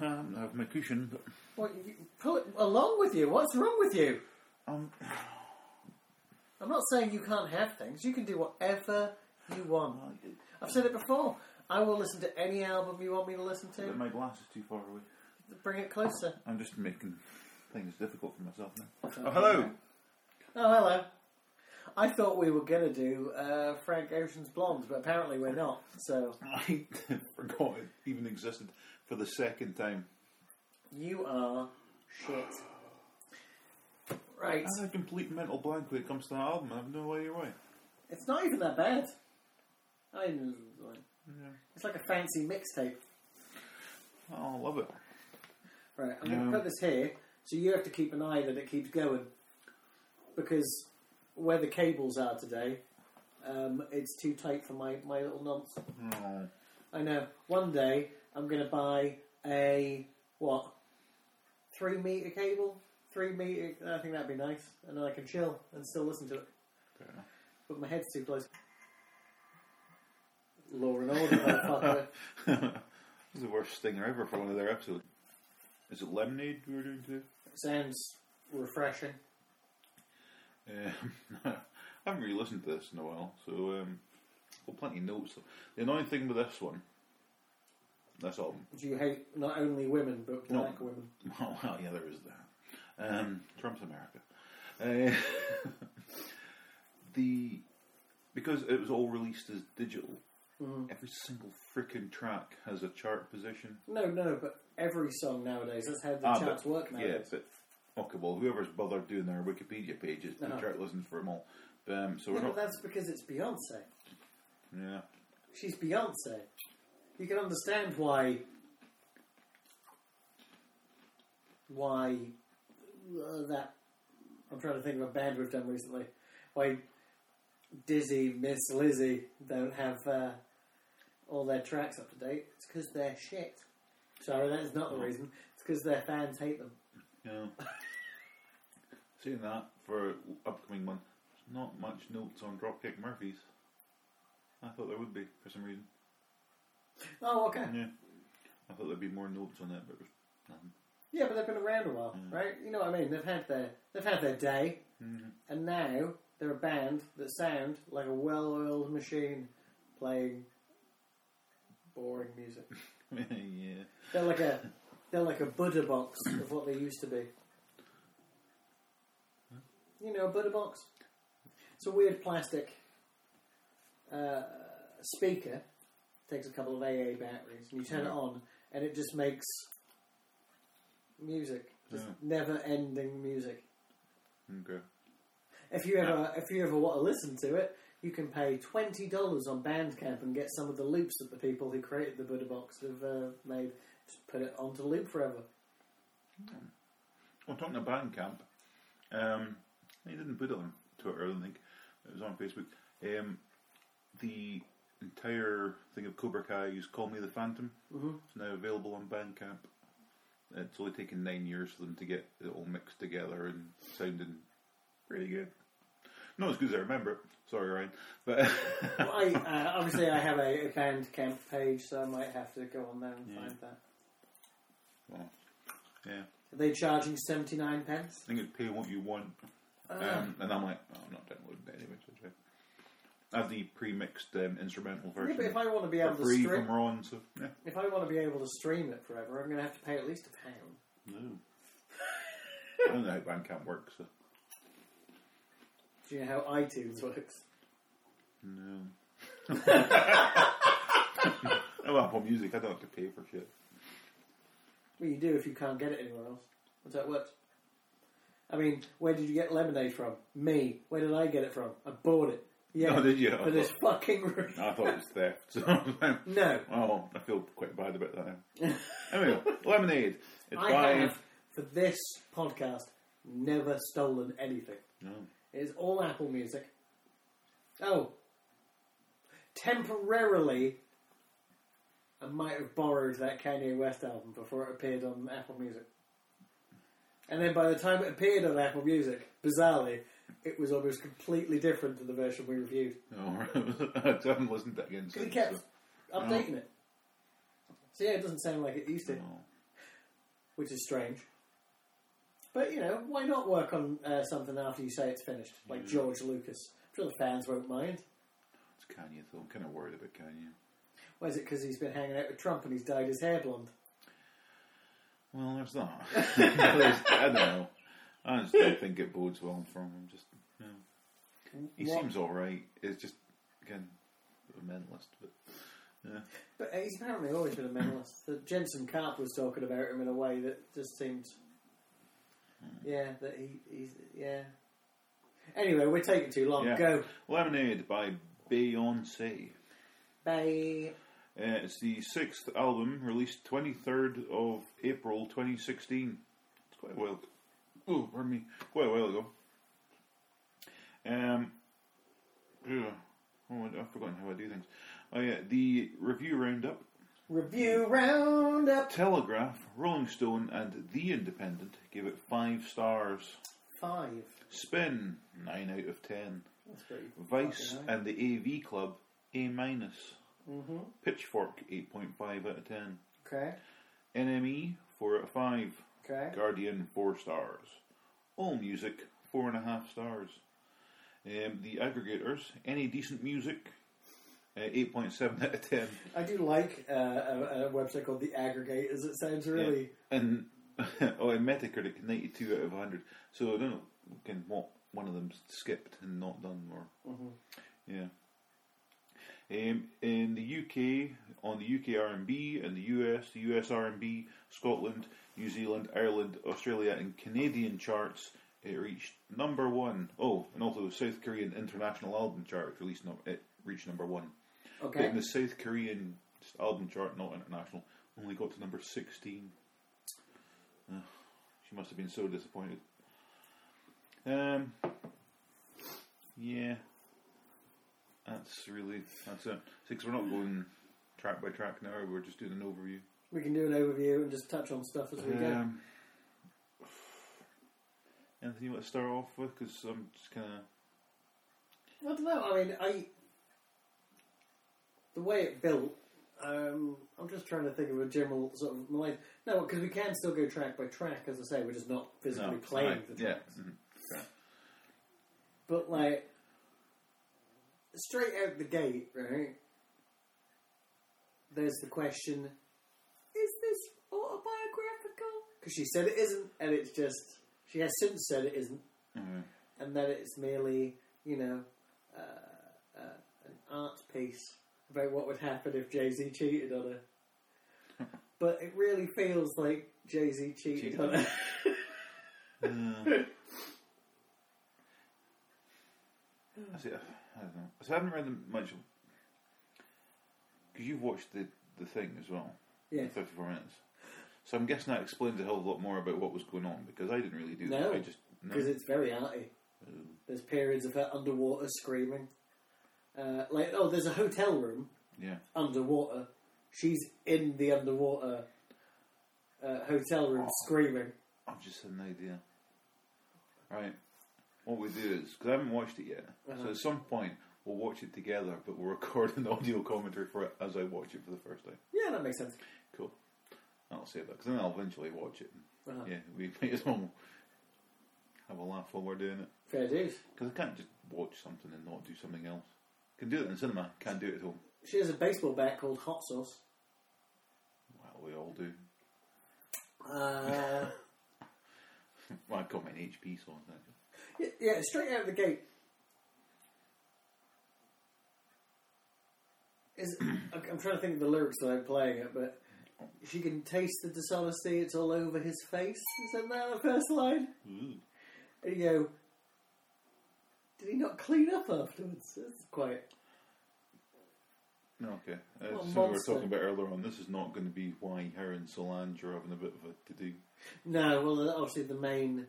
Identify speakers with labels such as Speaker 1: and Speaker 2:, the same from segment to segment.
Speaker 1: a cushion, but
Speaker 2: Well, you, pull it along with you. What's wrong with you?
Speaker 1: um,
Speaker 2: I'm not saying you can't have things. You can do whatever you want. I've said it before. I will listen to any album you want me to listen to.
Speaker 1: my glass is too far away.
Speaker 2: Bring it closer.
Speaker 1: I'm just making things difficult for myself now. Oh, hello.
Speaker 2: Oh, hello. I thought we were going to do uh, Frank Ocean's Blondes, but apparently we're not. So
Speaker 1: I forgot it even existed for the second time.
Speaker 2: you are shit. Right.
Speaker 1: I had a complete mental blank when it comes to that album. I have no idea why.
Speaker 2: It's not even that bad. I mean, it's like a fancy mixtape.
Speaker 1: Oh, I love it.
Speaker 2: Right, I'm going
Speaker 1: Um,
Speaker 2: to put this here, so you have to keep an eye that it keeps going. Because where the cables are today, um, it's too tight for my, my little nonce.
Speaker 1: Oh,
Speaker 2: I know. One day, I'm going to buy a, what, three metre cable? Three metre, I think that'd be nice. And then I can chill and still listen to it.
Speaker 1: fair enough.
Speaker 2: But my head's too close. Law and order, motherfucker.
Speaker 1: This is the worst stinger ever for one of their episodes. Is it Lemonade we were doing today?
Speaker 2: Sounds refreshing.
Speaker 1: Um, I haven't really listened to this in a while, so um, got plenty of notes. The annoying thing with this one, this album,
Speaker 2: Do you hate not only women, but
Speaker 1: No.
Speaker 2: black women?
Speaker 1: oh well, yeah, there is that. Um, Trump's America. Uh, the because it was all released as digital,
Speaker 2: Mm-hmm.
Speaker 1: every single freaking track has a chart position.
Speaker 2: No, no, but every song nowadays, that's how the
Speaker 1: Ah,
Speaker 2: charts
Speaker 1: but-
Speaker 2: work
Speaker 1: Yeah,
Speaker 2: nowadays.
Speaker 1: but okay, well, whoever's bothered doing their Wikipedia pages, the
Speaker 2: Uh-huh.
Speaker 1: chart listens for them all. Um, so
Speaker 2: Yeah,
Speaker 1: we're
Speaker 2: but
Speaker 1: not.
Speaker 2: that's because it's Beyonce.
Speaker 1: Yeah.
Speaker 2: She's Beyonce. You can understand why. Why uh, that. I'm trying to think of a band we've done recently. Why Dizzy, Miss Lizzie don't have uh, all their tracks up to date. It's because they're shit. Sorry, that is not
Speaker 1: Mm.
Speaker 2: the reason. It's because their fans hate them.
Speaker 1: Yeah. Saying that for upcoming month, there's not much notes on Dropkick Murphys. I thought there would be for some reason.
Speaker 2: Oh, okay.
Speaker 1: Yeah. I thought there'd be more notes on it, but there's nothing.
Speaker 2: Yeah, but they've been around a while, right? You know what I mean? They've had their they've had their day, and now they're a band that sound like a well-oiled machine playing boring music.
Speaker 1: yeah.
Speaker 2: They're like a they're like a Buddha box of what they used to be. You know, a Buddha box. It's a weird plastic uh, speaker. Takes a couple of AA batteries, and you turn it on, and it just makes music, just
Speaker 1: Yeah.
Speaker 2: never-ending music.
Speaker 1: Okay.
Speaker 2: If you ever if you ever want to listen to it, you can pay twenty dollars on Bandcamp and get some of the loops that the people who created the Buddha Box have uh, made. Just put it onto loop forever.
Speaker 1: Well, talking to Bandcamp, um, they didn't put it on Twitter, I don't think. It was on Facebook. Um, the entire thing of Cobra Kai's Call Me the Phantom is now available on Bandcamp. It's only taken nine years for them to get it all mixed together and sounding pretty good. Not as good as I remember it. Sorry, Ryan. But
Speaker 2: Well, I, uh, obviously, I have a, a Bandcamp page, so I might have to go on there and find that.
Speaker 1: Well, yeah,
Speaker 2: Are they charging seventy nine pence? Uh,
Speaker 1: I think it's pay what you want. Um, and I'm like, oh, I'm not downloading it anyway. So it's fine. I have the pre-mixed um, instrumental
Speaker 2: Yeah,
Speaker 1: version.
Speaker 2: but if I want to be
Speaker 1: for
Speaker 2: able to
Speaker 1: free from
Speaker 2: stream,
Speaker 1: Ron, so yeah.
Speaker 2: if I want to be able to stream it forever, I'm going to have to pay at least a pound.
Speaker 1: No. I don't know how Bandcamp works, so
Speaker 2: Do you know how iTunes works?
Speaker 1: no. I'm Apple Music, I don't have to pay for shit.
Speaker 2: Well, you do if you can't get it anywhere else. That's how it works. I mean, where did you get lemonade from? Me. Where did I get it from? I bought it. Yeah.
Speaker 1: Oh, did you?
Speaker 2: For this fucking room.
Speaker 1: I thought it was theft, so I'm like,
Speaker 2: No.
Speaker 1: oh, I feel quite bad about that now. anyway, Lemonade. It's
Speaker 2: I
Speaker 1: by...
Speaker 2: have, for this podcast, never stolen anything.
Speaker 1: No.
Speaker 2: It is all Apple Music. Oh. Temporarily, I might have borrowed that Kanye West album before it appeared on Apple Music. And then by the time it appeared on Apple Music, bizarrely, it was almost completely different to the version we reviewed.
Speaker 1: No, I haven't listened to it again
Speaker 2: Because he
Speaker 1: since.
Speaker 2: kept
Speaker 1: so- oh,
Speaker 2: updating it. So yeah, it doesn't sound like it used to.
Speaker 1: No.
Speaker 2: which is strange. But you know, why not work on uh, something after you say it's finished, like George Lucas? I'm sure the fans won't mind.
Speaker 1: It's Kanye, though. I'm kind of worried about Kanye.
Speaker 2: Why is it because he's been hanging out with Trump and he's dyed his hair blonde?
Speaker 1: Well, there's that. There's- I don't know. I just don't think it bodes well for him. I'm Just no. He
Speaker 2: What-
Speaker 1: seems all right. It's just again a mentalist, but yeah.
Speaker 2: But uh, he's apparently always been a mentalist. The Jensen Karp was talking about him in a way that just seemed, yeah, that he, he's yeah. Anyway, we're taking too long.
Speaker 1: Yeah.
Speaker 2: Go,
Speaker 1: Lemonade by Beyonce.
Speaker 2: bye.
Speaker 1: Uh, it's the sixth album, released 23rd of April 2016. It's quite a while. Oh, pardon me. Quite a while ago. Um. Yeah. Oh, I've forgotten how I do things. Oh yeah, the review roundup
Speaker 2: Review roundup.
Speaker 1: Telegraph, Rolling Stone, and The Independent gave it five stars.
Speaker 2: Five.
Speaker 1: Spin, nine out of ten.
Speaker 2: That's pretty.
Speaker 1: Vice
Speaker 2: Fucking hell.
Speaker 1: and the AV Club, A minus. Pitchfork, eight point five out of ten.
Speaker 2: Mm-hmm. Okay.
Speaker 1: NME, four out of five.
Speaker 2: Okay.
Speaker 1: Guardian, four stars. All Music, four and a half stars. Um, the aggregators, any decent music, uh, eight point seven out of ten.
Speaker 2: I do like uh, a, a website called The Aggregators. It sounds
Speaker 1: Yeah.
Speaker 2: really.
Speaker 1: And oh, and Metacritic ninety two out of hundred. So I don't know can what one of them skipped and not done or yeah. Um, in the UK, on the UK R and B, and the US, the US R and B, Scotland, New Zealand, Ireland, Australia, and Canadian charts, it reached number one. Oh, and also the South Korean international album chart it released num- it reached number one. But
Speaker 2: Okay.
Speaker 1: in the South Korean just album chart, not international, only got to number 16. Ugh, she must have been so disappointed. Um, yeah, that's really that's it. Six. We're not going track by track now. We're just doing an overview.
Speaker 2: We can do an overview and just touch on stuff as we go.
Speaker 1: Um, anything you want to start off with? Because I'm just kind of
Speaker 2: I don't know. I mean, I the way it built. Um, I'm just trying to think of a general sort of mind. No, because we can still go track by track, as I say. We're just not physically
Speaker 1: no,
Speaker 2: playing
Speaker 1: aye,
Speaker 2: the
Speaker 1: yeah.
Speaker 2: tracks.
Speaker 1: mhm, yeah.
Speaker 2: But like straight out the gate, right? There's the question: Is this autobiographical? Because she said it isn't, and it's just she has since said it isn't, Mm-hmm.
Speaker 1: Mhm.
Speaker 2: and that it's merely you know uh, uh, an art piece about what would happen if Jay Z cheated on her. but it really feels like Jay Z cheated
Speaker 1: Cheated.
Speaker 2: on her.
Speaker 1: I see. I don't know. So I haven't read them much because you've watched the the thing as well. in
Speaker 2: Yeah.
Speaker 1: Fifty four minutes. So I'm guessing that explains a hell of a lot more about what was going on because I didn't really do
Speaker 2: No.
Speaker 1: that. I just no. Mm.
Speaker 2: because it's very arty. There's periods of her underwater screaming. Uh, like, oh, there's a hotel room
Speaker 1: yeah.
Speaker 2: underwater. She's in the underwater uh, hotel room
Speaker 1: Oh.
Speaker 2: screaming.
Speaker 1: I've just had an idea. Right. What we do is because I haven't watched it yet.
Speaker 2: Uh-huh.
Speaker 1: So at some point we'll watch it together, but we'll record an audio commentary for it as I watch it for the first time.
Speaker 2: Yeah, that makes sense.
Speaker 1: Cool. I'll save that because then I'll eventually watch it.
Speaker 2: Uh-huh.
Speaker 1: Yeah, we may as well have a laugh while we're doing it.
Speaker 2: Fair dues.
Speaker 1: Because I can't just watch something and not do something else. Can do it in cinema, can't do it at home.
Speaker 2: She has a baseball bat called Hot Sauce.
Speaker 1: Well, we all do.
Speaker 2: Uh,
Speaker 1: Well, I've got my HP so that.
Speaker 2: yeah, yeah, straight out of the gate. Is I'm I'm trying to think of the lyrics that I'm playing it, but she can taste the dishonesty. It's all over his face. Isn't that the first line?
Speaker 1: Ooh.
Speaker 2: And you go, did he not clean up afterwards? That's quite.
Speaker 1: No, okay.
Speaker 2: What a
Speaker 1: As we were
Speaker 2: monster.
Speaker 1: talking about earlier on, this is not going to be why her and Solange are having a bit of a to do.
Speaker 2: No, well, the- obviously the main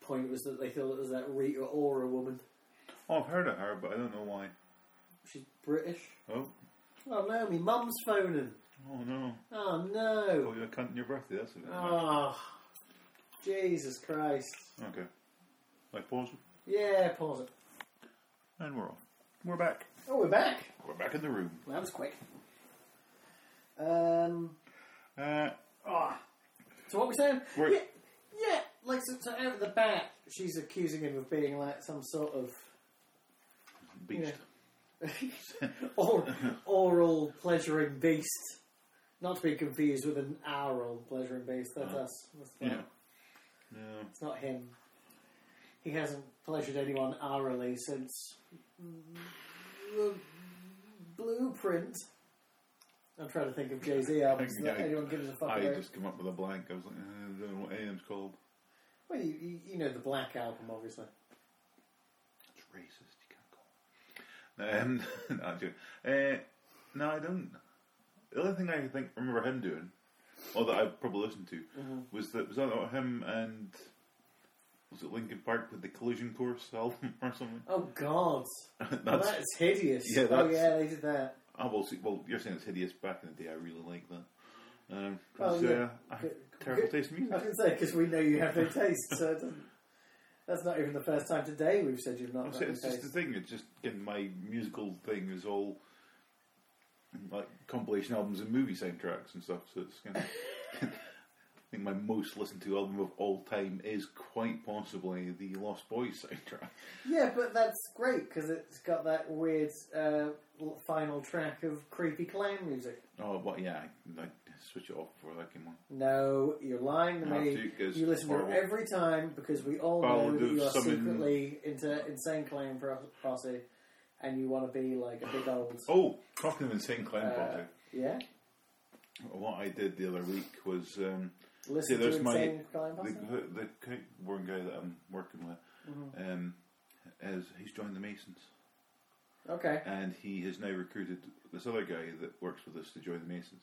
Speaker 2: point was that they thought it was that Rita Ora woman.
Speaker 1: Oh, I've heard of her, but I don't know why.
Speaker 2: She's British.
Speaker 1: Oh,
Speaker 2: Oh no, my mum's phoning.
Speaker 1: oh no.
Speaker 2: Oh no.
Speaker 1: Oh, you're cutting your birthday, that's it.
Speaker 2: Oh, Jesus Christ.
Speaker 1: Okay. I pause
Speaker 2: Yeah, pause it.
Speaker 1: and we're off. We're back.
Speaker 2: Oh, we're back.
Speaker 1: We're back in the room.
Speaker 2: Well, that was quick. Um,
Speaker 1: Uh,
Speaker 2: ah, So what we're saying?
Speaker 1: We're-
Speaker 2: yeah, yeah. Like so, so out at the back, she's accusing him of being like some sort of
Speaker 1: Beast.
Speaker 2: or, oral pleasuring beast, not to be confused with an aural pleasuring beast. That's us. That's not,
Speaker 1: Uh-huh. Yeah. No.
Speaker 2: It's not him. He hasn't pleasured anyone aurally since the blueprint. I'm trying to think of Jay Z albums that
Speaker 1: Yeah, I-
Speaker 2: anyone gives a fuck
Speaker 1: I
Speaker 2: about.
Speaker 1: just come up with a blank. I was like, "Uh, I don't know what AM's called.
Speaker 2: Well, you, you, you know the Black album, obviously.
Speaker 1: It's racist. You can't call. it. Um, no, I'm joking. Uh, no, I don't. The only thing I can think remember him doing, or that I probably listened to,
Speaker 2: Mm-hmm.
Speaker 1: was that was that him and was it Linkin Park with the Collision Course album or something?
Speaker 2: Oh God, Well,
Speaker 1: That's
Speaker 2: that is hideous.
Speaker 1: Yeah,
Speaker 2: Oh
Speaker 1: that's-
Speaker 2: yeah, they did that.
Speaker 1: I will see. Well, you're saying it's hideous. Back in the day, I really liked that. Um,
Speaker 2: Oh,
Speaker 1: 'cause,
Speaker 2: yeah.
Speaker 1: uh, I have
Speaker 2: Good-
Speaker 1: terrible
Speaker 2: good-
Speaker 1: taste in
Speaker 2: I
Speaker 1: music.
Speaker 2: can say because we know you have no taste, so it doesn't. That's not even the first time today we've said you've not
Speaker 1: That's it,
Speaker 2: got no
Speaker 1: It's just the
Speaker 2: taste.
Speaker 1: thing. It's just again, my musical thing is all like compilation albums and movie soundtracks and stuff. So it's kind of. I think my most listened to album of all time is quite possibly the Lost Boys soundtrack.
Speaker 2: Yeah, but that's great because it's got that weird uh, l- final track of creepy clown music.
Speaker 1: Oh, but yeah, I, I switch it off before that came on.
Speaker 2: No, you're lying to
Speaker 1: I have
Speaker 2: me.
Speaker 1: to, 'cause
Speaker 2: you listen to
Speaker 1: horrible.
Speaker 2: it every time because we all
Speaker 1: I'll
Speaker 2: know that
Speaker 1: do
Speaker 2: you are
Speaker 1: some in-
Speaker 2: secretly into insane clown Pro- posse, and you want to be like a big old.
Speaker 1: Oh, talking of insane clown
Speaker 2: Uh,
Speaker 1: posse,
Speaker 2: Yeah,
Speaker 1: what I did the other week was um,
Speaker 2: listen
Speaker 1: there's
Speaker 2: to
Speaker 1: my-
Speaker 2: insane clown
Speaker 1: the,
Speaker 2: posse.
Speaker 1: the ki- one guy that I'm working with. Um, is he's joined the Masons.
Speaker 2: Okay.
Speaker 1: and he has now recruited this other guy that works with us to join the Masons.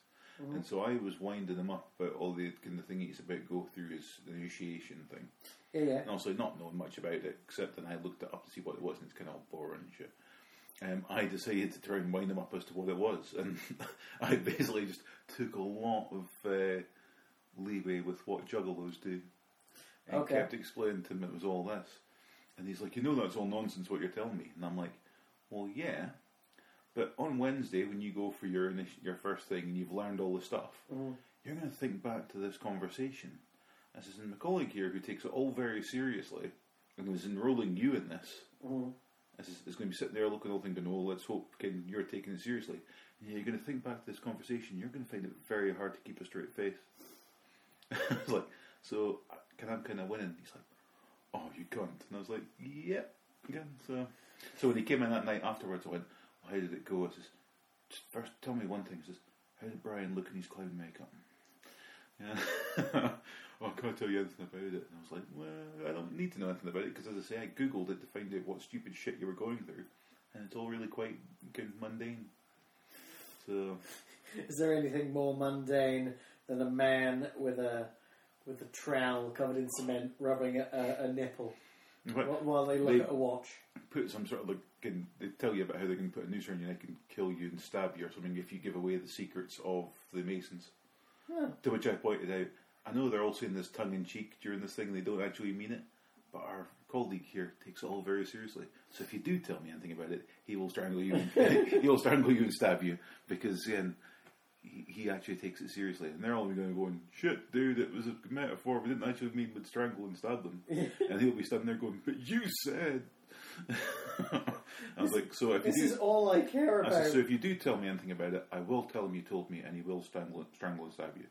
Speaker 1: And so I was winding him up about all the kind of thing he's about go through his initiation thing,
Speaker 2: Yeah, yeah.
Speaker 1: and also not knowing much about it except then I looked it up to see what it was, and it's kind of all boring and shit. Um, I decided to try and wind him up as to what it was, and I basically just took a lot of uh, leeway with what juggalos do, and
Speaker 2: Okay.
Speaker 1: kept explaining to him it was all this, and he's like, "You know, that's all nonsense what you're telling me," and I'm like, "Well, yeah." But on Wednesday, when you go for your initi- your first thing and you've learned all the stuff, you're going to think back to this conversation. As is in my colleague here, who takes it all very seriously and who's enrolling you in this,
Speaker 2: Mm-hmm.
Speaker 1: as is, is going to be sitting there looking at all thinking, "Oh, let's hope Ken, you're taking it seriously." And you're going to think back to this conversation. You're going to find it very hard to keep a straight face. I was like, "So, uh, can I'm kind of winning?" He's like, "Oh, you can't." And I was like, "Yep, yeah, So, so when he came in that night afterwards, I went, well, "How did it go?" I says, "Just first, tell me one thing." He says, "How did Brian look in his clown makeup?" Yeah. oh, can I tell you anything about it? And I was like, well, I don't need to know anything about it because, as I say, I googled it to find out what stupid shit you were going through, and it's all really quite kind of mundane. So,
Speaker 2: Is there anything more mundane than a man with a with a trowel covered in cement rubbing a, a, a nipple
Speaker 1: in
Speaker 2: wh-
Speaker 1: fact,
Speaker 2: while they look
Speaker 1: They-
Speaker 2: at a watch?
Speaker 1: put some sort of like can, they tell you about how they can put a noose around your neck and kill you and stab you or something if you give away the secrets of the Masons.
Speaker 2: Huh.
Speaker 1: To which I pointed out, I know they're all saying this tongue in cheek during this thing, they don't actually mean it, but our colleague here takes it all very seriously. So if you do tell me anything about it, he will strangle you. he will strangle you and stab you because um, he, he actually takes it seriously. And they're all going going, "Shit, dude, it was a metaphor. We didn't actually mean we'd strangle and stab them." and he'll be standing there going, "But you said." I was like, "So if you
Speaker 2: This
Speaker 1: do,
Speaker 2: is all I care
Speaker 1: I
Speaker 2: about.
Speaker 1: said, so if you do tell me anything about it, I will tell him you told me, and he will strangle, strangle and stab you.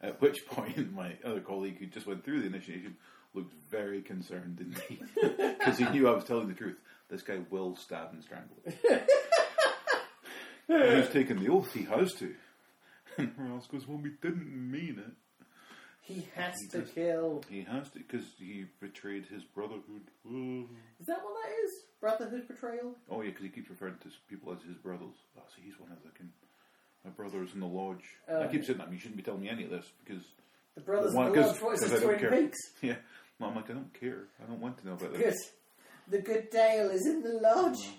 Speaker 1: At which point, my other colleague who just went through the initiation looked very concerned indeed because he knew I was telling the truth. This guy will stab and strangle. And He's taken the oath. He has to. And Ross goes, "Well, we didn't mean it.
Speaker 2: he has to kill.
Speaker 1: He has to because he betrayed his brotherhood."
Speaker 2: Is that what that is? Brotherhood betrayal?
Speaker 1: Oh yeah, because he keeps referring to people as his brothers. Oh, so he's one of the kin- my brothers in the lodge. I keep saying that. but You shouldn't be telling me any of this because
Speaker 2: The brothers
Speaker 1: Why,
Speaker 2: in the
Speaker 1: 'cause-
Speaker 2: lodge. What is
Speaker 1: 'cause
Speaker 2: this?
Speaker 1: I don't
Speaker 2: Twin
Speaker 1: care.
Speaker 2: Peaks?
Speaker 1: yeah, well, I'm like I don't care. I don't want to know about
Speaker 2: Good.
Speaker 1: this.
Speaker 2: The good Dale is in the lodge.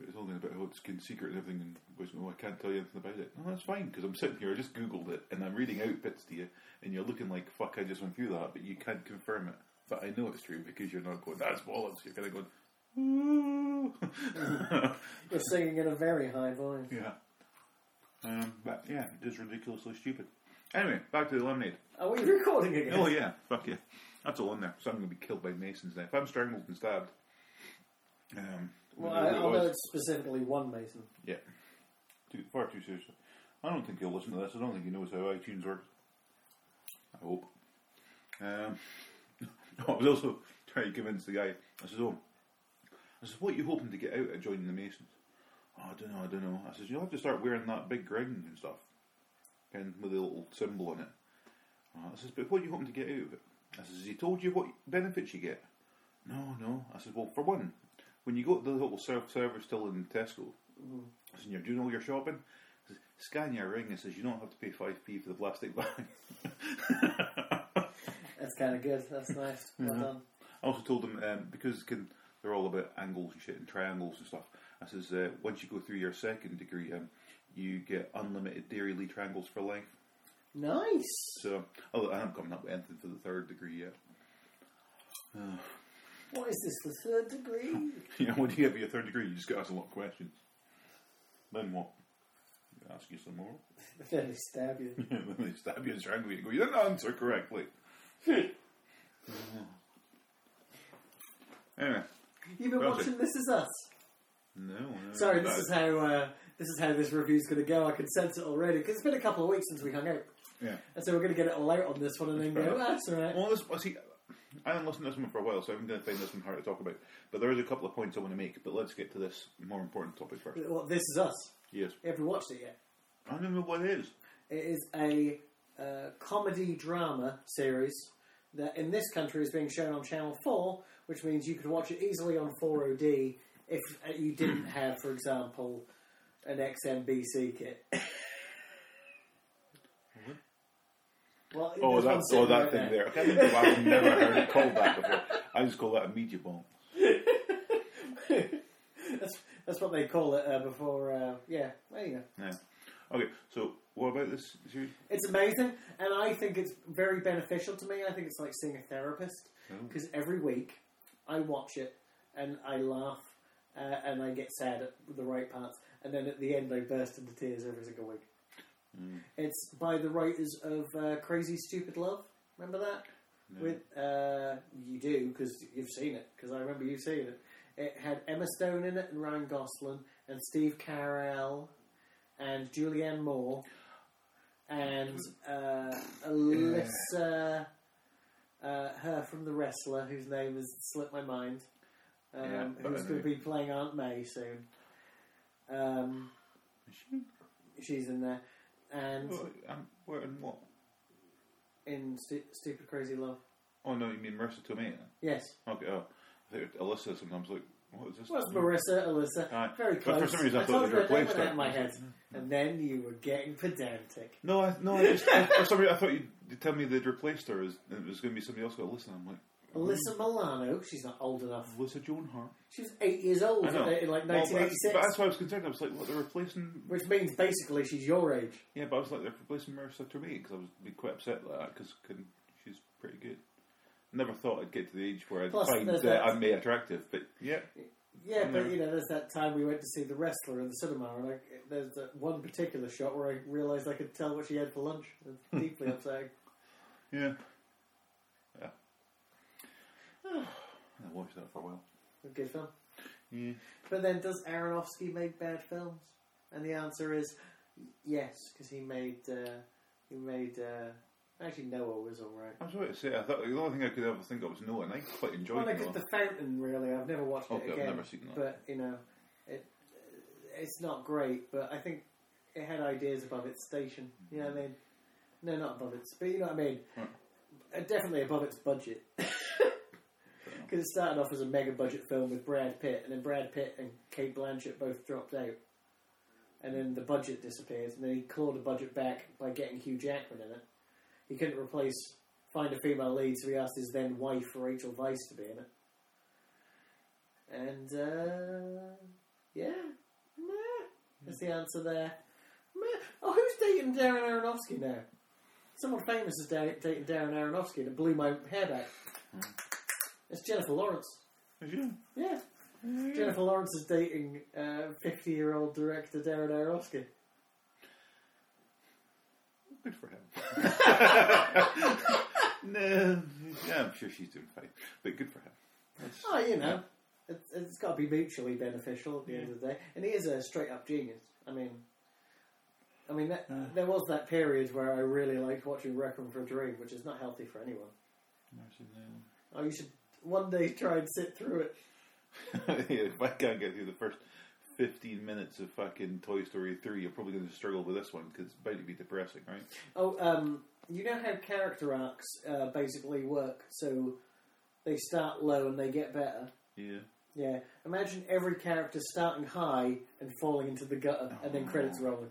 Speaker 1: It's all about how it's skin secret and everything, and was, oh, I can't tell you anything about it. No, that's fine because I'm sitting here. I just googled it and I'm reading out bits to you, and you're looking like fuck. I just went through that, but you can't confirm it. But I know it's true because you're not going. That's bollocks. You're kind of going. "Ooh."
Speaker 2: You're singing in a very high voice.
Speaker 1: yeah. Um, but yeah, just ridiculously stupid. Anyway, back to the lemonade.
Speaker 2: Are we recording again?
Speaker 1: Oh yeah, fuck yeah. That's all in there. So I'm going to be killed by masons now. If I'm strangled and stabbed. Um,
Speaker 2: Well,
Speaker 1: whatever
Speaker 2: I,
Speaker 1: it
Speaker 2: although
Speaker 1: was-
Speaker 2: it's specifically one Mason.
Speaker 1: Yeah. Too, far too seriously. I don't think he'll listen to this. I don't think he knows how iTunes works. I hope. Um, I was also trying to convince the guy. I says, "Oh, I says, what are you hoping to get out of joining the Masons?" Oh, I don't know. I don't know. I says, "You'll have to start wearing that big ring and stuff, and with a little symbol on it." Oh, I says, "But what are you hoping to get out of it?" I says, "He told you what benefits you get." No, no. I says, "Well, for one, when you go to the little self-service still in Tesco, I says, and you're doing all your shopping, I says, scan your ring. It says you don't have to pay five p for the plastic bag."
Speaker 2: That's kind of good. That's nice. Well done.
Speaker 1: I also told them um, because can, they're all about angles and shit and triangles and stuff. I says uh, once you go through your second degree, um, you get unlimited Dairy Lee triangles for life.
Speaker 2: Nice.
Speaker 1: So oh, I haven't coming up with anything for the third degree yet.
Speaker 2: What is this? The third degree?
Speaker 1: yeah, what do you get for your third degree? You just get asked a lot of questions. Then what? They ask you some more.
Speaker 2: They're gonna stab you.
Speaker 1: then they stab you and strangle you and go, you didn't answer correctly. anyway,
Speaker 2: You've been
Speaker 1: Well,
Speaker 2: watching This Is Us.
Speaker 1: no. no
Speaker 2: Sorry,
Speaker 1: that-
Speaker 2: this is how uh, this is how this review's going to go. I can sense it already because it's been a couple of weeks since we hung out,
Speaker 1: Yeah.
Speaker 2: and so we're going to get it all out on this one, and then
Speaker 1: fair
Speaker 2: go.
Speaker 1: enough.
Speaker 2: "Ah, That's all right.
Speaker 1: Well, this, I see, I haven't listened to this one for a while, so I'm going to find this one hard to talk about. But there is a couple of points I want to make, but let's get to this more important topic first.
Speaker 2: Well, this is us.
Speaker 1: Yes.
Speaker 2: You haven't watched it yet.
Speaker 1: I don't know what it is.
Speaker 2: It is a uh, comedy drama series that in this country is being shown on Channel Four, which means you could watch it easily on 4OD if uh, you didn't have, for example, an XMBC kit. Well,
Speaker 1: Oh,
Speaker 2: there's
Speaker 1: Mm-hmm. that,
Speaker 2: one
Speaker 1: oh,
Speaker 2: sitting
Speaker 1: that
Speaker 2: right
Speaker 1: thing
Speaker 2: there.
Speaker 1: there. I can't believe I've never heard it called that before. I just call that a media bomb.
Speaker 2: that's, that's what they call it uh, before. Uh, yeah, there you go.
Speaker 1: Yeah. Okay, so what about this series?
Speaker 2: It's amazing, and I think it's very beneficial to me. I think it's like seeing a therapist because every week I watch it and I laugh uh, and I get sad at the right parts, and then at the end I burst into tears every single week. It's by the writers of uh, Crazy Stupid Love. Remember that? With uh, you do because you've seen it because I remember you seeing it. It had Emma Stone in it and Ryan Gosling and Steve Carell and Julianne Moore and uh, Alyssa, uh, her from The Wrestler, whose name has slipped my mind, um,
Speaker 1: Yeah, but uh,
Speaker 2: who's
Speaker 1: I
Speaker 2: going
Speaker 1: know.
Speaker 2: to be playing Aunt May soon. Um, she's in there. And
Speaker 1: Well, um, where and what?
Speaker 2: in Stu- Stupid Crazy Love.
Speaker 1: Oh, no, you mean Marissa Tomei?
Speaker 2: Yes.
Speaker 1: Okay, oh. I think it's Alyssa sometimes like, what is this?
Speaker 2: Well, it's Marissa, Alyssa.
Speaker 1: Aye.
Speaker 2: Very
Speaker 1: Hmm. But for
Speaker 2: close.
Speaker 1: some reason I thought
Speaker 2: told
Speaker 1: they
Speaker 2: you
Speaker 1: replaced
Speaker 2: that went out
Speaker 1: her. Hmm.
Speaker 2: of my head. And then you were getting pedantic.
Speaker 1: No, I, no, I just, I, for some reason, I thought you'd, you'd tell me they'd replaced her as and it was going to be somebody else. Go listen, I'm like
Speaker 2: Alyssa Milano, she's not old enough.
Speaker 1: Alyssa Joan Hart.
Speaker 2: She was eight years old
Speaker 1: I
Speaker 2: in
Speaker 1: know,
Speaker 2: like
Speaker 1: Well, but that's-
Speaker 2: 1986.
Speaker 1: but that's why I was concerned. I was like, what they're replacing?
Speaker 2: Which means basically she's your age.
Speaker 1: Yeah, but I was like, they're replacing Marissa Tomei because I was be quite upset like that because she's pretty good. Never thought I'd get to the age where I'd
Speaker 2: Plus,
Speaker 1: find
Speaker 2: there's
Speaker 1: that
Speaker 2: that-
Speaker 1: I may attractive, but yeah,
Speaker 2: Yeah,
Speaker 1: And
Speaker 2: but
Speaker 1: then-
Speaker 2: you know, there's that time we went to see the wrestler in the cinema, and I, there's that one particular shot where I realised I could tell what she had for lunch.
Speaker 1: Hmm.
Speaker 2: It's deeply upsetting.
Speaker 1: yeah, yeah. I watched that for a while.
Speaker 2: A good film.
Speaker 1: Yeah.
Speaker 2: But then, does Aronofsky make bad films? And the answer is yes, because he made uh, he made uh, actually Noah was all right.
Speaker 1: I was about to say, I thought the only thing I could ever think of was Noah, and I quite enjoyed
Speaker 2: Well, like
Speaker 1: Noah.
Speaker 2: The Fountain, really. I've never watched
Speaker 1: Okay,
Speaker 2: it
Speaker 1: I've
Speaker 2: again.
Speaker 1: never seen that.
Speaker 2: But you know, it it's not great. But I think it had ideas above its station. You know what I mean? No, not above its. But you know what I mean.
Speaker 1: Right.
Speaker 2: Uh, Definitely above its budget. Because it started off as a mega budget film with Brad Pitt, and then Brad Pitt and Kate Blanchett both dropped out, and then the budget disappeared, and then he clawed the budget back by getting Hugh Jackman in it. He couldn't replace find a female lead, so he asked his then wife Rachel Weisz to be in it. And uh, yeah, meh. That's the answer there. Meh. Oh, who's dating Darren Aronofsky now? Someone famous is da- dating Darren Aronofsky, and it blew my hair back. It's Jennifer Lawrence.
Speaker 1: Is she?
Speaker 2: Yeah.
Speaker 1: Hmm.
Speaker 2: Jennifer Lawrence is dating uh, fifty-year-old director Darren Aronofsky.
Speaker 1: Good for him. no, yeah, I'm sure she's doing fine, but good for him. That's-
Speaker 2: Oh, you know, it's, it's got to be mutually beneficial at the end of the day. And he is a straight up genius. I mean, I mean, that, there was that period where I really liked watching Requiem for a Dream, which is not healthy for anyone.
Speaker 1: I've seen that
Speaker 2: Oh, you should one day try and sit through it.
Speaker 1: one. Yeah, if I can't get through the first 15 minutes of fucking Toy Story 3, you're probably going to struggle with this one because it's about to be depressing, right?
Speaker 2: Oh, um, you know how character arcs uh, basically work? So they start low and they get better.
Speaker 1: Yeah.
Speaker 2: Yeah, imagine every character starting high and falling into the gutter, and then credits rolling.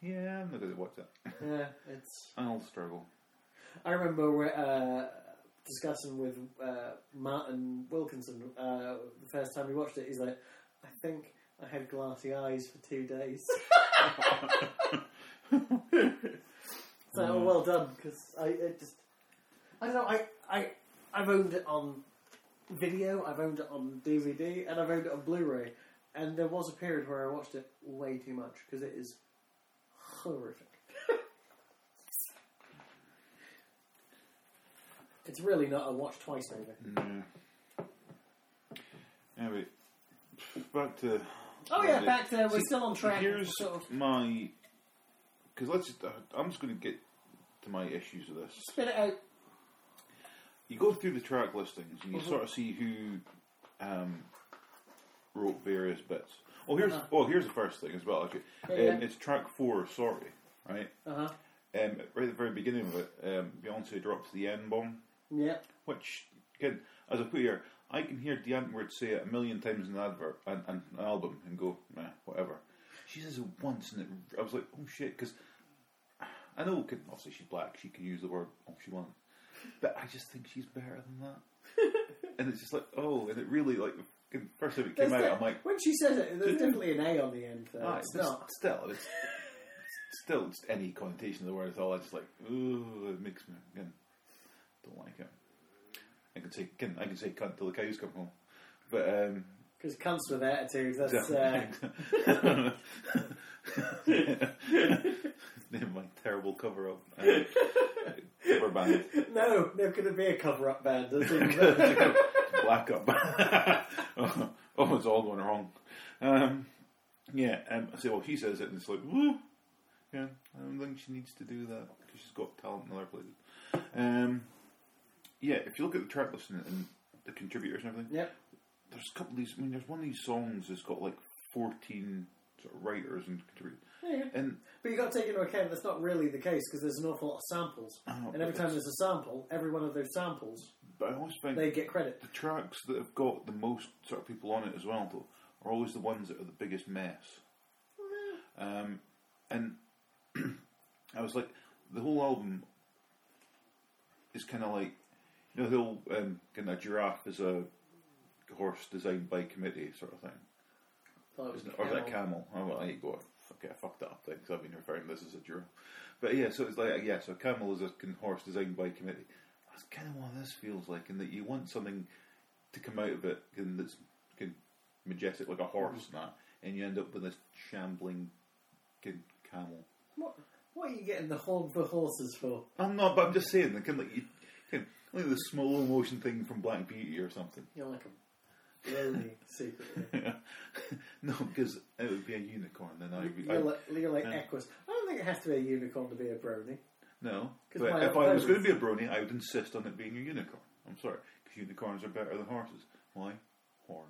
Speaker 1: Yeah, I'm not going to watch that.
Speaker 2: Yeah, it's.
Speaker 1: I'll struggle.
Speaker 2: I remember we're, uh, discussing with uh, Martin Wilkinson uh, the first time we watched it. He's like, I think I had glassy eyes for two days. so oh, well done because I it just I don't know I I I've owned it on video, I've owned it on DVD, and I've owned it on Blu-ray. And there was a period where I watched it way too much because it is horrific. It's really not a watch twice movie.
Speaker 1: Anyway, back to.
Speaker 2: Oh yeah, back to we're
Speaker 1: See,
Speaker 2: still on track.
Speaker 1: Here's
Speaker 2: Sort of
Speaker 1: my. Because let's. Just, uh, I'm just going to get to my issues with this.
Speaker 2: spit it out.
Speaker 1: you go through the track listings and you
Speaker 2: Mm-hmm.
Speaker 1: sort of see who um, wrote various bits. Oh, here's
Speaker 2: Uh-huh.
Speaker 1: oh here's the first thing as well. Okay,
Speaker 2: Yeah,
Speaker 1: um,
Speaker 2: yeah.
Speaker 1: it's track four. Sorry, right?
Speaker 2: Uh huh.
Speaker 1: Um, right at the very beginning of it, um, Beyonce drops the N bomb,
Speaker 2: Yep.
Speaker 1: which again, as I put here, I can hear Deanne Ward say it a million times in an advert and an, an album and go, nah, whatever. She says it once, and it, I was like, oh shit, because I know, can- obviously she's black, she can use the word all she wants, but I just think she's better than that. and it's just like, oh, and it really like the first time it came
Speaker 2: There's
Speaker 1: out,
Speaker 2: de-
Speaker 1: I'm like,
Speaker 2: when she says it, there's definitely an A on the end. Though.
Speaker 1: ah,
Speaker 2: it's
Speaker 1: it's
Speaker 2: not.
Speaker 1: still, it's still it's any connotation of the word at all. I just like, ooh, it makes me again don't like it. I can say can I can say cunt till the cows come home, but um,
Speaker 2: Because cunts with attitudes. That's uh,
Speaker 1: uh... my terrible cover up uh, cover band.
Speaker 2: no, no, could it be a cover-up band? That's even better.
Speaker 1: Black up. oh, it's all going wrong. Um, yeah, um, I say, well, she says it, and it's like, woo. Yeah, I don't think she needs to do that because she's got talent in other places. Um, yeah, if you look at the track list and, and the contributors and everything,
Speaker 2: yep.
Speaker 1: there's a couple of these. I mean, there's one of these songs that's got like 14 sort of writers and contributors.
Speaker 2: Yeah.
Speaker 1: And
Speaker 2: But you got to take into account that's not really the case because there's an awful lot of samples,
Speaker 1: Oh,
Speaker 2: and every
Speaker 1: but
Speaker 2: time there's a sample, every one of those samples
Speaker 1: but I always find
Speaker 2: they get credit.
Speaker 1: the tracks that have got the most sort of people on it as well, though, are always the ones that are the biggest mess. Um, and I was like, the whole album is kind of like, you know, the whole um, kind of giraffe is a horse designed by committee sort of thing,
Speaker 2: Thought it was
Speaker 1: isn't it? Or is that a
Speaker 2: camel.
Speaker 1: camel? Oh, well, there you go. Okay, I fucked that up then because I've been referring to this as a giraffe. But yeah, so it's like, yeah, so a camel is a kind of horse designed by committee. That's kind of what this feels like, in that you want something to come out of it and that's can majestic like a horse and that, and you end up with this shambling kid camel.
Speaker 2: What, what are you getting the horn for horses for?
Speaker 1: I'm not, but I'm just saying, like, kind of like, you, kind of like the slow motion thing from Black Beauty or something.
Speaker 2: You're like a lonely secretly.
Speaker 1: no, because it would be a unicorn, then I, would-
Speaker 2: You're
Speaker 1: I
Speaker 2: like, you're like
Speaker 1: yeah.
Speaker 2: Equus. I don't think it has to be a unicorn to be a brony.
Speaker 1: no.
Speaker 2: 'Cause
Speaker 1: But
Speaker 2: my
Speaker 1: if I was
Speaker 2: parents-
Speaker 1: going to be a brony, I would insist on it being a unicorn. I'm sorry, because unicorns are better than horses. Why? Horn.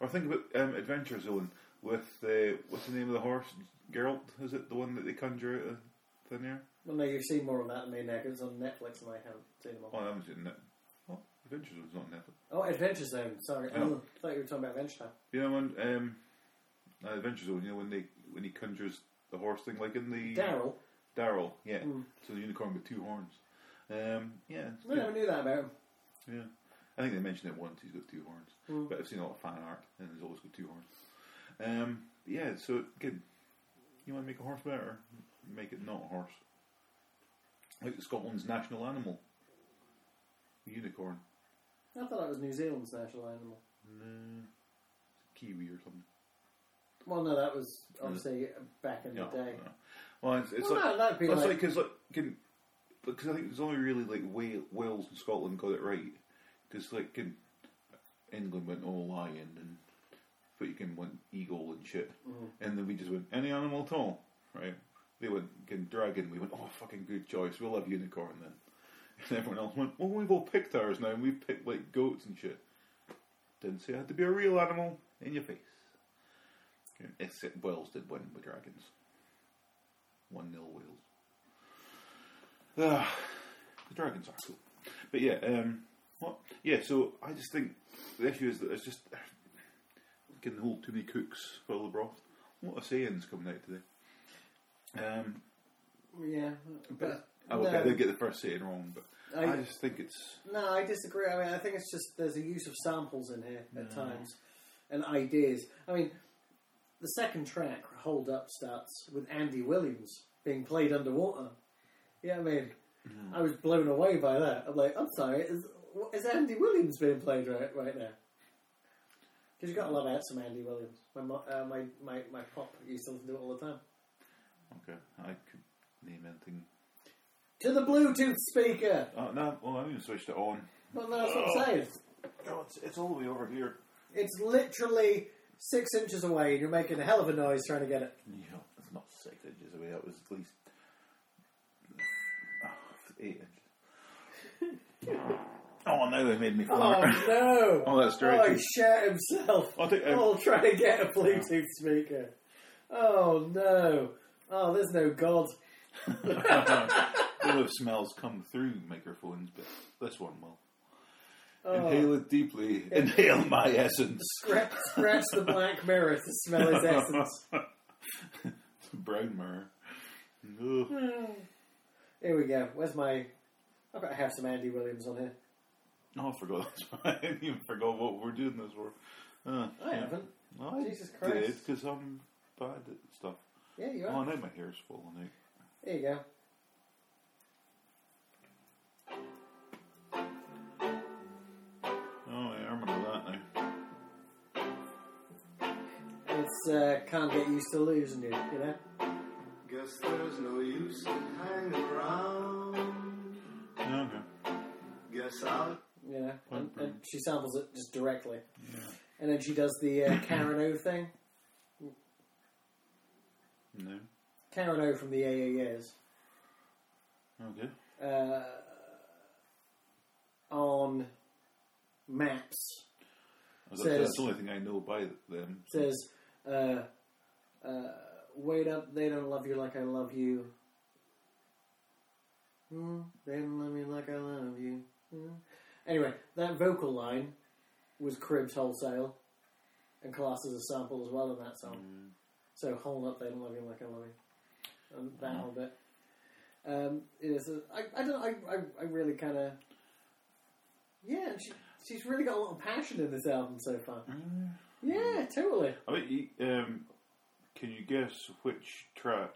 Speaker 1: Or think about um, Adventure Zone with uh, what's the name of the horse? Geralt, is it the one that they conjure out of thin air?
Speaker 2: Well, no, you've seen more of that than me now 'cause it's on Netflix and I haven't seen them
Speaker 1: Oh,
Speaker 2: all.
Speaker 1: I haven't seen that. Oh, Adventure Zone's not on Netflix.
Speaker 2: Oh, Adventure Zone. Sorry,
Speaker 1: Yeah.
Speaker 2: oh, I thought you were talking about Adventure Time.
Speaker 1: You know when um, uh, Adventure Zone, you know when they when he conjures the horse thing, like in the
Speaker 2: Daryl.
Speaker 1: Daryl, yeah.
Speaker 2: Mm.
Speaker 1: So the unicorn with two horns. Um, yeah, it's
Speaker 2: I
Speaker 1: good,
Speaker 2: never knew that about him.
Speaker 1: yeah. I think they mentioned it once. He's got two horns,
Speaker 2: Mm.
Speaker 1: but I've seen a lot of fan art, and he's always got two horns. Um, yeah, so good. You want to make a horse better? Make it not a horse. Like Scotland's national animal, unicorn,
Speaker 2: I thought that was New Zealand's national animal.
Speaker 1: no, kiwi or something.
Speaker 2: Well, no, that was obviously back in the
Speaker 1: No,
Speaker 2: day.
Speaker 1: no. Well, it's, it's
Speaker 2: Well,
Speaker 1: like
Speaker 2: no, that'd be
Speaker 1: that's
Speaker 2: like-
Speaker 1: like because like, can- because I think it's only really like Wa- Wales and Scotland got it right because like can, England went all lion and but you can went eagle and shit
Speaker 2: Mm-hmm.
Speaker 1: and then we just went any animal at all right they went can dragon we went oh fucking good choice we'll have unicorn then and everyone else went well we've all picked ours now and we've picked like goats and shit didn't say it had to be a real animal in your face except Wales did win with dragons. 1 0 Wales. Ah, the Dragons are cool. But yeah, um, what? Yeah, so I just think the issue is that it's just getting hold too many cooks for all the broth. What are sayings coming out today? Um,
Speaker 2: Yeah,
Speaker 1: but
Speaker 2: but
Speaker 1: I will
Speaker 2: no,
Speaker 1: get, they'll get the first saying wrong, but Oh, I,
Speaker 2: I-
Speaker 1: just think it's.
Speaker 2: no, I disagree. I mean, I think it's just there's a use of samples in here at times and ideas. I mean, the second track, Hold Up, starts with Andy Williams being played underwater. Yeah, I mean, I was blown away by that. I'm like, I'm sorry, is, what- is Andy Williams being played right right now? Because you got to love out some Andy Williams. My mo- uh, my, my my pop used to do it all the time.
Speaker 1: Okay, I could name anything.
Speaker 2: To the Bluetooth speaker.
Speaker 1: Oh, no, well, I haven't even switched it on.
Speaker 2: Well, no, that's what I'm saying.
Speaker 1: No, it's, it's all the way over here.
Speaker 2: It's literally six inches away, and you're making a hell of a noise trying to get it.
Speaker 1: Yeah, it's not six inches away. That was at least oh, it's eight inches. oh, now they made me
Speaker 2: Oh
Speaker 1: fart.
Speaker 2: no!
Speaker 1: Oh, that's great.
Speaker 2: Oh, he shat himself.
Speaker 1: I think, um,
Speaker 2: all trying to get a Bluetooth speaker. Oh no! Oh, there's no God.
Speaker 1: I don't know if smells come through microphones, but this one will.
Speaker 2: Oh,
Speaker 1: Inhale it deeply. Inhale my essence.
Speaker 2: scratch, scratch the black mirror to smell his essence.
Speaker 1: Brown mirror. Ugh.
Speaker 2: Here we go. Where's my? I've got to have some Andy Williams on here.
Speaker 1: Oh, I forgot. That's why I didn't even forgot what we're doing this for. Uh,
Speaker 2: I haven't.
Speaker 1: I
Speaker 2: Jesus
Speaker 1: did
Speaker 2: Christ.
Speaker 1: because I'm bad at stuff.
Speaker 2: Yeah, you
Speaker 1: Oh,
Speaker 2: are.
Speaker 1: now my hair's falling out.
Speaker 2: There you go.
Speaker 1: Oh, yeah, I remember that now.
Speaker 2: It's uh, can't get used to losing you. You know.
Speaker 3: Guess there's no use in hanging around.
Speaker 1: Yeah, okay.
Speaker 3: Guess I'll
Speaker 2: Yeah, and,
Speaker 1: Mhm.
Speaker 2: and she samples it just directly, and then she does the uh, Karen O thing.
Speaker 1: No.
Speaker 2: Karen O from the AAS
Speaker 1: Okay.
Speaker 2: uh, on maps
Speaker 1: That's, that's
Speaker 2: Says-
Speaker 1: the only thing I know by them.
Speaker 2: says, uh, uh, "Wait up! They don't love you like I love you. Hmm, they don't love me like I love you." Hmm. Anyway, that vocal line was Cribs Wholesale, and Class as a sample as well in that song. So hold up, they don't love you like I love you. And that whole bit. Um, it is. A, I, I don't. I, I, I really kind of. Yeah, and she, she's really got a lot of passion in this album so far. Yeah, totally.
Speaker 1: I bet you, um, can you guess which track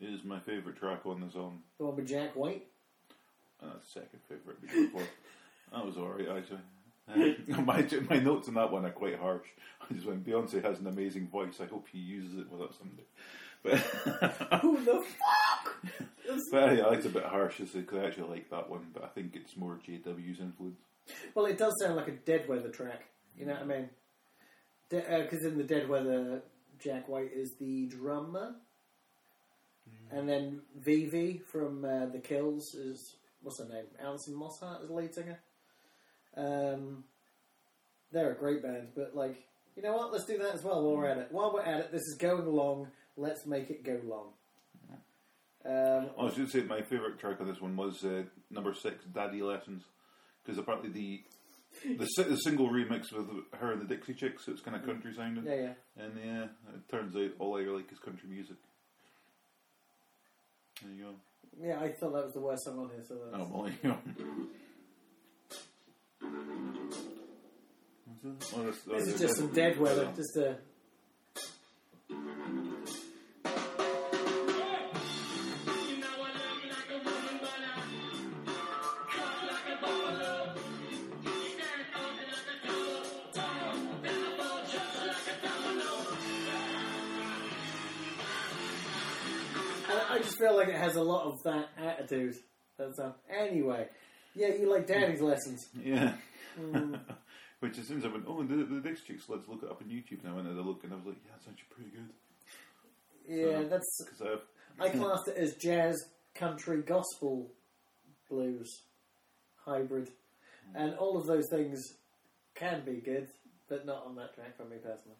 Speaker 1: is my favourite track on this album?
Speaker 2: The one with Jack White.
Speaker 1: And that's second favourite. before. that was alright, actually. Uh, my my notes on that one are quite harsh. I just went, Beyonce has an amazing voice. I hope he uses it with us someday. But,
Speaker 2: Who the fuck?
Speaker 1: but yeah, it's a bit harsh because I actually like that one, but I think it's more JW's influence.
Speaker 2: well, it does sound like a dead weather track. You know what I mean? Because in the dead weather, Jack White is the drummer, and then Vivi from uh, the Kills is what's her name? Alison Mosshart is the lead singer. Um, they're a great band, but like, you know what? Let's do that as well while we're at it. While we're at it, this is going long. Let's make it go long. Um,
Speaker 1: Oh, I should say my favourite track on this one was uh, number six, "Daddy Lessons," because apparently the the, si- the single remix with her and the Dixie Chicks, so it's kind of country sounding.
Speaker 2: Mm. yeah, yeah.
Speaker 1: And yeah, it turns out all I like is country music. There you go.
Speaker 2: Yeah, I thought that was the worst song on here. So that's,
Speaker 1: Oh, well, there you go. Oh, that's- oh,
Speaker 2: this
Speaker 1: that's
Speaker 2: is just some dead weather. Just uh, a
Speaker 4: You know I love you like a woman, but I cuff like a buffalo. Stand on it like a double, double, double, just like a domino.
Speaker 2: I just feel like it has a lot of that attitude. That's all. Anyway, yeah, you like daddy's lessons.
Speaker 1: Yeah.
Speaker 2: Mm.
Speaker 1: Which as soon as I went, oh, the, the Dix Chicks, let's look it up on YouTube. And I went and I looked and I was like, yeah, that's actually pretty good.
Speaker 2: Yeah,
Speaker 1: So-
Speaker 2: that's.
Speaker 1: Because I've.
Speaker 2: I classed it as jazz, country, gospel, blues, hybrid, and all of those things can be good, but not on that track for me personally.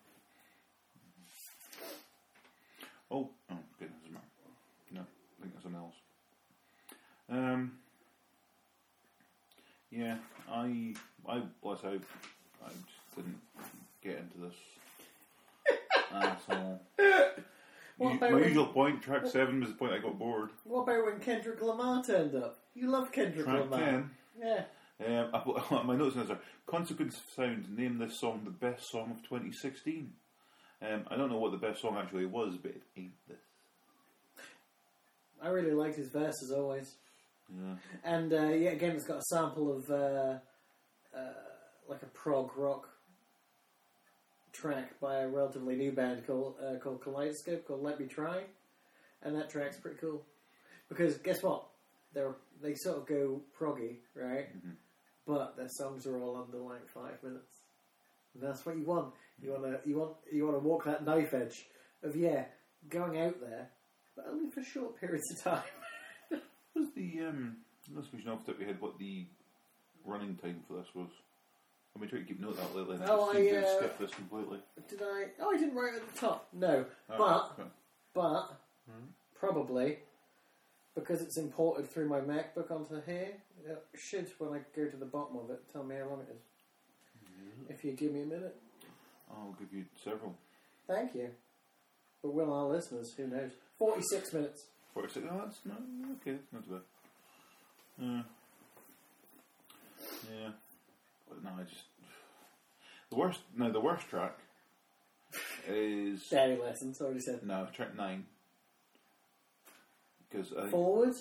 Speaker 1: Oh, oh, goodness, doesn't matter. No, I think that's something else. Um, yeah, I, I, bless I, I just didn't get into this at all.
Speaker 2: What
Speaker 1: You-
Speaker 2: about
Speaker 1: my
Speaker 2: when-
Speaker 1: usual point, track seven was the point I got bored.
Speaker 2: What about when Kendrick Lamar turned up? You love Kendrick
Speaker 1: Track
Speaker 2: Lamar.
Speaker 1: ten.
Speaker 2: Yeah.
Speaker 1: Um, I put, my notes are consequence of sound. Name this song the best song of 2016. Um, I don't know what the best song actually was, but it ain't this.
Speaker 2: I really liked his verse as always.
Speaker 1: Yeah.
Speaker 2: And uh, yeah, again, it's got a sample of uh, uh, like a prog rock track by a relatively new band called uh, called Kaleidoscope called Let Me Try, and that track's pretty cool because guess what? They're they sort of go proggy, right? But their songs are all under like five minutes. And that's what you want. You want to you want you want to walk that knife edge of yeah, going out there, but only for short periods of time.
Speaker 1: What was the um? Unless we should know off the top of your head what the running time for this was. I've been trying to keep note of that lately. And
Speaker 2: Oh,
Speaker 1: I just seem
Speaker 2: I,
Speaker 1: to
Speaker 2: uh,
Speaker 1: have skipped this completely.
Speaker 2: Did I? Oh, I didn't write it at the top. No,
Speaker 1: Oh,
Speaker 2: but but probably because it's imported through my MacBook onto here. It should, when I go to the bottom of it, tell me how long it is. If you give me a minute,
Speaker 1: I'll give you several.
Speaker 2: thank you. But will our listeners? Who knows? Forty-six minutes.
Speaker 1: Forty six. Oh, that's no okay. That's not too bad. Yeah. Yeah. But no, I just the worst. No, the worst track is
Speaker 2: Dairy lessons. Already said.
Speaker 1: no track nine because I
Speaker 2: Forward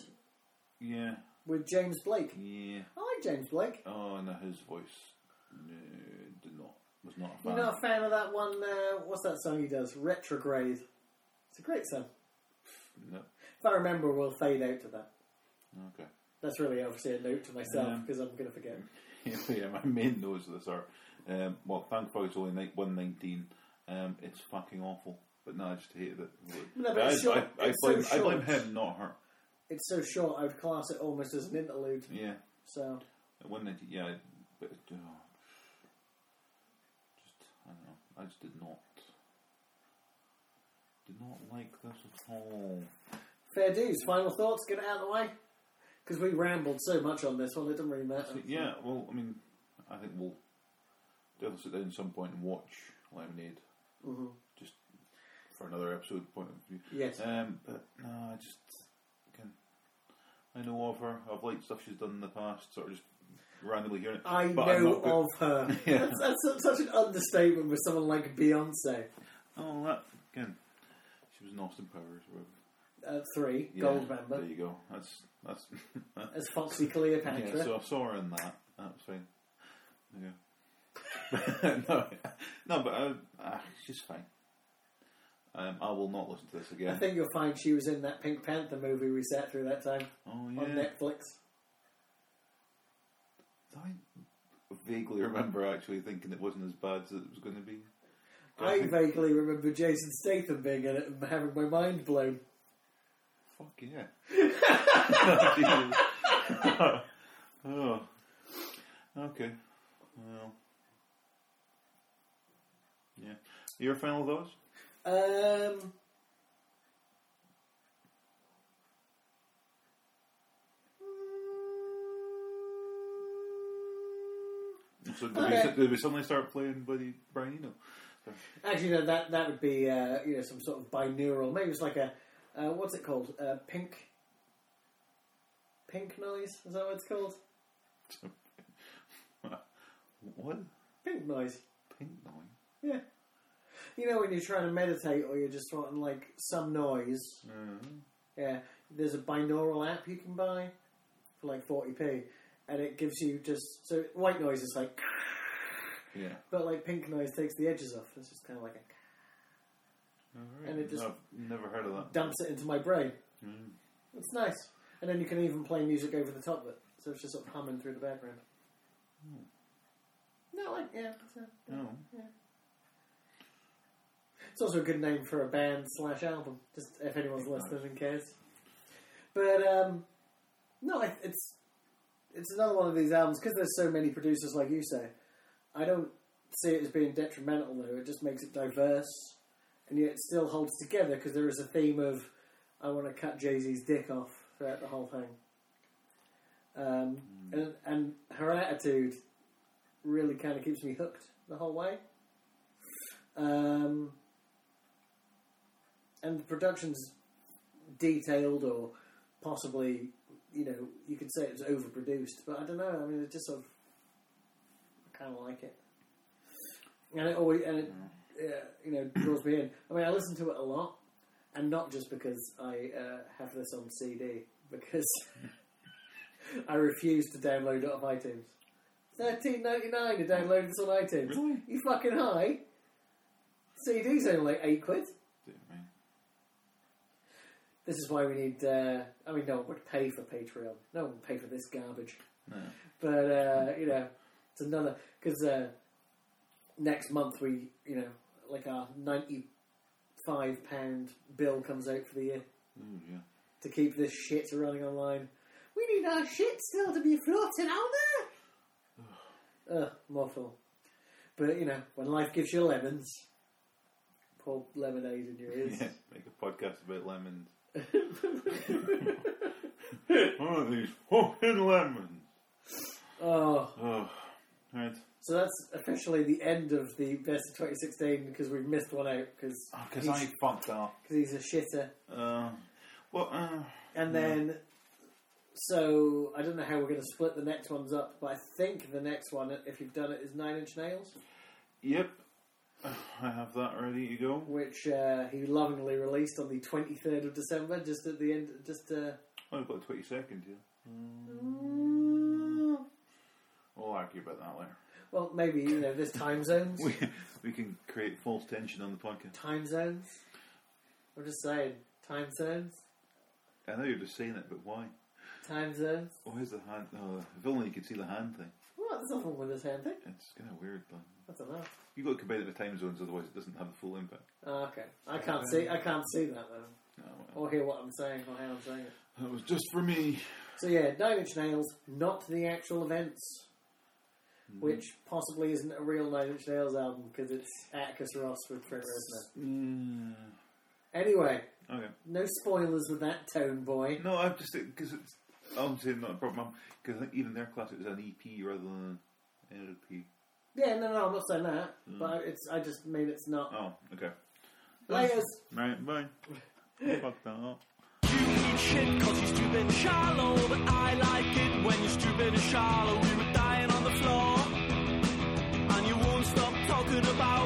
Speaker 1: yeah
Speaker 2: with James Blake.
Speaker 1: yeah
Speaker 2: I like James Blake.
Speaker 1: oh no his voice no, did not was not a fan.
Speaker 2: You're not a fan of that one? Uh, what's that song he does? Retrograde. It's a great song.
Speaker 1: No.
Speaker 2: If I remember, we'll fade out to that.
Speaker 1: Okay.
Speaker 2: That's really obviously a note to myself
Speaker 1: Um,
Speaker 2: because I'm going to forget.
Speaker 1: yeah, my main notes of this are, um, well, thank fuck it's only night 119. Um, it's fucking awful. But no, I just hated it.
Speaker 2: No, but
Speaker 1: I,
Speaker 2: it's short.
Speaker 1: I, I,
Speaker 2: It's so
Speaker 1: blame, I blame
Speaker 2: short.
Speaker 1: him, not her.
Speaker 2: It's so short, I would class it almost as an interlude.
Speaker 1: Yeah.
Speaker 2: So,
Speaker 1: At 119, yeah. But, oh, just, I don't know. I just did not. Did not like this at all.
Speaker 2: fair dues. Final thoughts, get it out of the way. Because we rambled so much on this one, it doesn't really matter.
Speaker 1: So, yeah, well, I mean, I think we'll definitely sit down at some point and watch Lemonade.
Speaker 2: Mhm.
Speaker 1: Just for another episode point of view.
Speaker 2: Yes.
Speaker 1: Um, but no, I just can. I know of her. I've liked stuff she's done in the past. Sort of just randomly hearing it.
Speaker 2: I
Speaker 1: but I'm
Speaker 2: know
Speaker 1: not go-
Speaker 2: of her.
Speaker 1: Yeah.
Speaker 2: that's, that's su- such an understatement with someone like Beyonce.
Speaker 1: Oh, that again. She was in Austin Powers. Or whatever.
Speaker 2: Uh, three,
Speaker 1: Yeah,
Speaker 2: gold
Speaker 1: There
Speaker 2: member.
Speaker 1: you go. That's that's.
Speaker 2: As Foxy Cleopatra.
Speaker 1: yeah. So I saw her in that. That was fine. Yeah. no, no, but I, ah, she's fine. Um, I will not listen to this
Speaker 2: I
Speaker 1: again.
Speaker 2: think you'll find she was in that Pink Panther movie we sat through that time
Speaker 1: Oh
Speaker 2: on
Speaker 1: yeah.
Speaker 2: Netflix.
Speaker 1: I vaguely remember actually thinking it wasn't as bad as it was going to be.
Speaker 2: I vaguely remember Jason Statham being in it and having my mind blown.
Speaker 1: Fuck yeah. oh. Okay. Well. Yeah. Your final thoughts?
Speaker 2: Um,
Speaker 1: So did,
Speaker 2: Okay.
Speaker 1: we, did we suddenly start playing bloody Brian Eno?
Speaker 2: actually, no, that that would be uh, you know some sort of binaural. Maybe it's like a uh, what's it called? Uh, pink, pink noise. Is that what it's called?
Speaker 1: What?
Speaker 2: Pink noise.
Speaker 1: Pink noise?
Speaker 2: Yeah. You know when you're trying to meditate or you're just wanting like some noise.
Speaker 1: Mm. Uh,
Speaker 2: Yeah. There's a binaural app you can buy for like 40p, and it gives you just so white noise is like,
Speaker 1: Yeah.
Speaker 2: but like pink noise takes the edges off. It's just kind of like a
Speaker 1: All right.
Speaker 2: And it just-
Speaker 1: I've never heard of that.
Speaker 2: dumps it into my brain. It's nice. And then you can even play music over the top of it. So it's just sort of humming through the background. No, like, yeah. It's, a,
Speaker 1: Oh,
Speaker 2: it's also a good name for a band slash album, just if anyone's listening and cares. But, um, no, I- it's it's another one of these albums, because there's so many producers, like you say, I don't see it as being detrimental, though. It just makes it diverse, and yet it still holds together, because there is a theme of, I want to cut Jay Z's dick off throughout the whole thing. Um, and, and her attitude really kind of keeps me hooked the whole way. Um, and the production's detailed or possibly, you know, you could say it was overproduced, but I don't know. I mean, it just sort of, I kind of like it. And it always, and it, uh, you know, draws me in. I mean, I listen to it a lot, and not just because I uh, have this on CD, because I refuse to download it off iTunes. Thirteen ninety nine to download this on iTunes.
Speaker 1: Really?
Speaker 2: You fucking high? CD's only like eight quid.
Speaker 1: dear me.
Speaker 2: This is why we need. Uh, I mean, no one would pay for Patreon. No one would pay for this garbage.
Speaker 1: No.
Speaker 2: But uh, you know, it's another because uh, next month we, you know, like our ninety-five pound bill comes out for the year
Speaker 1: Ooh, yeah.
Speaker 2: to keep this shit running online. We need our shit still to be floating out there. Ugh, mortal. But you know, when life gives you lemons, pour lemonade in your ears.
Speaker 1: Yeah, make a podcast about lemons. One of these fucking lemons.
Speaker 2: Oh.
Speaker 1: Oh, right.
Speaker 2: So that's officially the end of the best of 2016 because we've missed one out because
Speaker 1: Because Oh, I fucked up.
Speaker 2: he's a shitter.
Speaker 1: Uh, well, uh,
Speaker 2: And then, so I don't know how we're going to split the next ones up, but I think the next one, if you've done it, is Nine Inch Nails,
Speaker 1: yep. I have that ready to go.
Speaker 2: which uh, he lovingly released on the 23rd of December, just at the end, just uh,
Speaker 1: Oh, I've got 20 seconds here. We'll argue about that later.
Speaker 2: well, maybe you know, there's time zones,
Speaker 1: We, we can create false tension on the podcast.
Speaker 2: time zones. I'm just saying, time zones,
Speaker 1: I know you're just saying it, but why?
Speaker 2: time zones.
Speaker 1: Where's the hand? Oh, if only you could see the hand thing.
Speaker 2: What? There's nothing with this hand thing.
Speaker 1: It's kind of weird, but
Speaker 2: I don't know.
Speaker 1: you got to compare it to time zones, otherwise it doesn't have the full impact.
Speaker 2: Oh, okay. I can't see. I can't see that though,
Speaker 1: No, well,
Speaker 2: or hear what I'm saying, or how I'm saying it.
Speaker 1: that was just for me.
Speaker 2: So yeah, Nine Inch Nails, not the actual events,
Speaker 1: Mm-hmm.
Speaker 2: which possibly isn't a real Nine Inch Nails album because it's Atticus Ross with Trent Reznor.
Speaker 1: Mm,
Speaker 2: Anyway,
Speaker 1: okay.
Speaker 2: no spoilers with that tone, boy.
Speaker 1: No, I've just because it's obviously not a problem. Because I think even their classic is an EP rather than an LP.
Speaker 2: Yeah, no, no, I'm not saying that, but it's. I just mean it's not.
Speaker 1: Mm. Oh, okay.
Speaker 2: Layers.
Speaker 1: Right, bye. Fuck that up.
Speaker 5: eat shit cause you're stupid and shallow. But I like it when you're stupid and shallow. We were dying on the floor. And you won't stop talking about